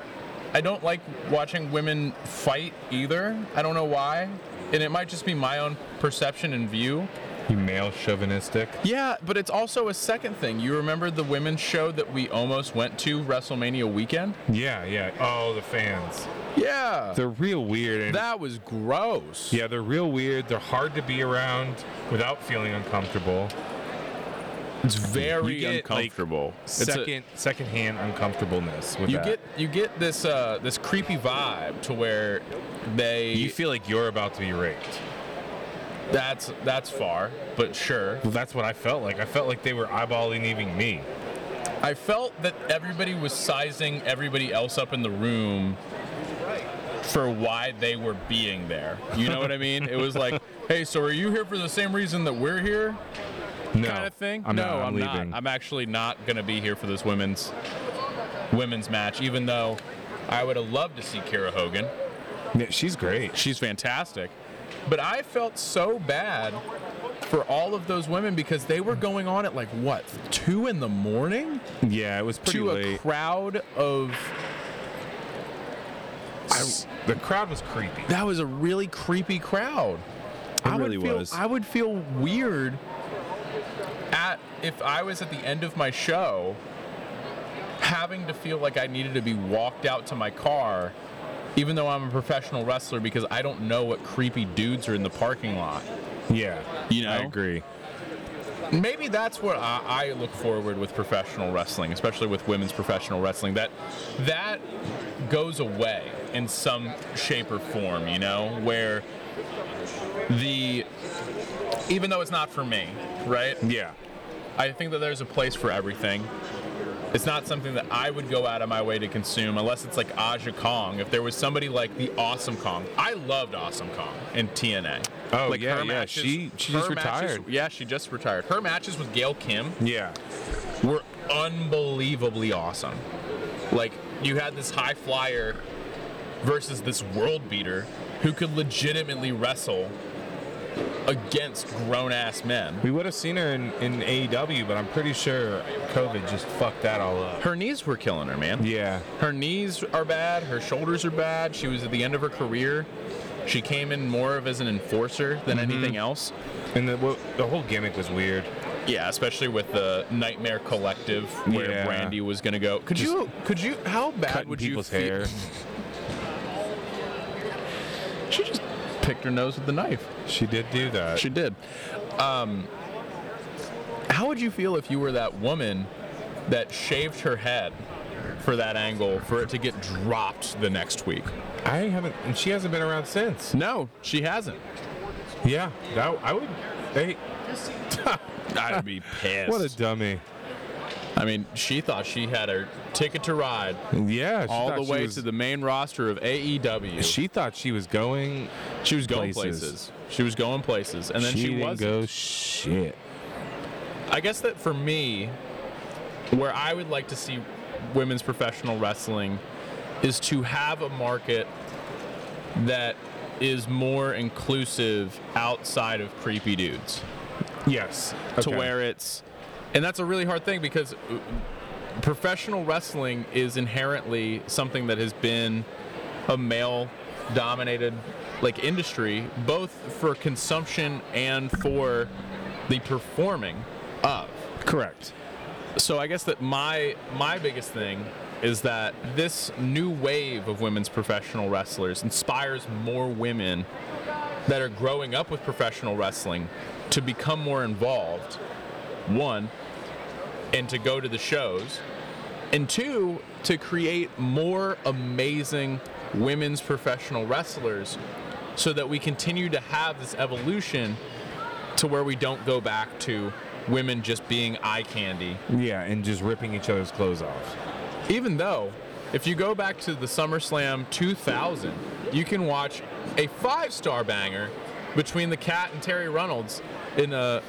H: I don't like watching women fight either. I don't know why, and it might just be my own perception and view.
E: You male chauvinistic.
H: Yeah, but it's also a second thing. You remember the women's show that we almost went to WrestleMania weekend?
E: Yeah, yeah. Oh, the fans.
H: Yeah.
E: They're real weird. And
H: That was gross.
E: Yeah, they're real weird. They're hard to be around without feeling uncomfortable.
H: It's very
E: You get, like,
D: Comfortable.
H: a-
E: second secondhand uncomfortableness with
H: you
E: that.
H: get you get this uh, this creepy vibe to where they
E: you feel like you're about to be raped.
H: that's that's far, but sure.
E: Well, that's what I felt like. I felt like they were eyeballing even me.
H: I felt that everybody was sizing everybody else up in the room for why they were being there. You know what I mean? It was like, hey, so are you here for the same reason that we're here?
E: No,
H: Kind of thing.
E: I'm
H: no,
E: not. I'm,
H: I'm
E: leaving.
H: not. I'm actually not gonna be here for this women's women's match, even though I would have loved to see Kara Hogan.
E: Yeah, she's great.
H: She's fantastic. But I felt so bad for all of those women because they were going on at like what, two in the morning?
E: Yeah, it was pretty
H: to a
E: late.
H: crowd of
E: the crowd was creepy.
H: that was a really creepy crowd.
E: It
H: I
E: really
H: would feel,
E: was.
H: I would feel weird at if I was at the end of my show having to feel like I needed to be walked out to my car even though I'm a professional wrestler because I don't know what creepy dudes are in the parking lot.
E: Yeah,
H: You know?
E: I agree.
H: Maybe that's what I, I look forward with professional wrestling, especially with women's professional wrestling. That that goes away in some shape or form, you know, where the even though it's not for me, right?
E: Yeah,
H: I think that there's a place for everything. It's not something that I would go out of my way to consume unless it's like Aja Kong. If there was somebody like the Awesome Kong, I loved Awesome Kong in TNA.
E: Oh,
H: like
E: yeah, yeah. She- she just
H: her matches-
E: retired.
H: yeah, she just retired. Her matches with Gail Kim
E: yeah.
H: were unbelievably awesome. Like you had this high flyer versus this world beater who could legitimately wrestle against grown ass men.
E: We would have seen her in, in AEW, but I'm pretty sure COVID just fucked that all up.
H: Her knees were killing her, man.
E: Yeah,
H: Her knees are bad. Her shoulders are bad. She was at the end of her career. She came in more of as an enforcer than anything else.
E: and the wh- the whole gimmick was weird.
H: Yeah, especially with the Nightmare Collective where
E: Yeah.
H: Brandy was gonna go. Could you? Could you? How bad
E: Cutting
H: would you
E: people's
H: feel?
E: hair.
H: She just picked her nose with the knife.
E: she did do that.
H: She did. Um, how would you feel if you were that woman that shaved her head for that angle for it to get dropped the next week?
E: I haven't, and she hasn't been around since.
H: No, she hasn't.
E: Yeah, that I would. They,
H: I'd be pissed.
E: what a dummy.
H: I mean, she thought she had her ticket to ride
E: Yeah, she
H: all
E: thought
H: the
E: she
H: way
E: was-
H: to the main roster of AEW.
E: She thought she was going.
H: She was going places.
E: places.
H: She was going places, and then she,
E: didn't
H: was.
E: go shit.
H: I guess that for me, where I would like to see women's professional wrestling is to have a market that is more inclusive outside of creepy dudes.
E: Yes.
H: to where it's and that's a really hard thing because uh, professional wrestling is inherently something that has been a male dominated like industry both for consumption and for the performing of
E: Correct.
H: so i guess that my my biggest thing is that this new wave of women's professional wrestlers inspires more women that are growing up with professional wrestling to become more involved one and to go to the shows and two to create more amazing women's professional wrestlers so that we continue to have this evolution to where we don't go back to women just being eye candy
E: Yeah, and just ripping each other's clothes off.
H: even though, if you go back to the SummerSlam 2000, you can watch a five star banger between the cat and Terry Reynolds in a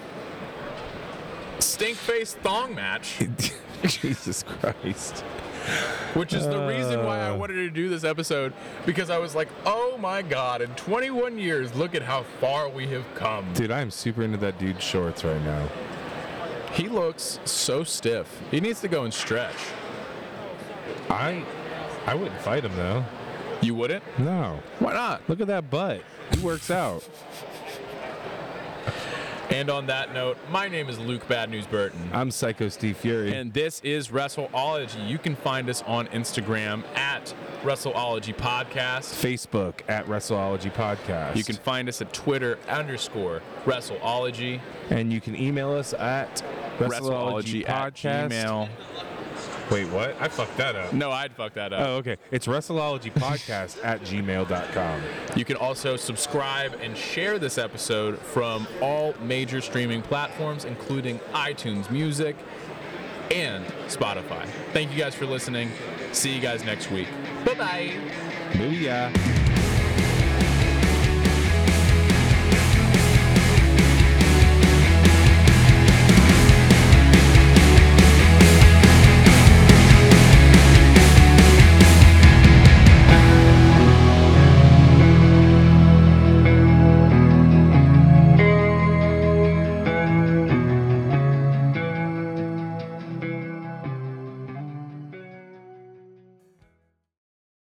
H: stink face thong match.
E: Jesus Christ. Uh.
H: which is the reason why I wanted to do this episode because I was like, oh my god, in 21 years, look at how far we have come.
E: Dude, I'm super into that dude's shorts right now.
H: He looks so stiff. He needs to go and stretch.
E: I I wouldn't fight him though.
H: You wouldn't?
E: No.
H: Why not?
E: Look at that butt. He works out.
H: And on that note, my name is Luke Bad News Burton.
E: I'm Psycho Steve Fury.
H: And this is WrestleOlogy. You can find us on Instagram at WrestleOlogy Podcast.
E: Facebook at Wrestleology Podcast.
H: You can find us at Twitter underscore WrestleOlogy.
E: and you can email us at Wrestleology
H: WrestleOlogy at
E: Podcast.
H: Gmail.
E: Wait, what? I fucked that up.
H: No, I'd fuck that up.
E: Oh, okay. It's Wrestleology Podcast at gmail.com.
H: You can also subscribe and share this episode from all major streaming platforms, including iTunes Music and Spotify. Thank you guys for listening. See you guys next week. Bye bye.
E: Booyah.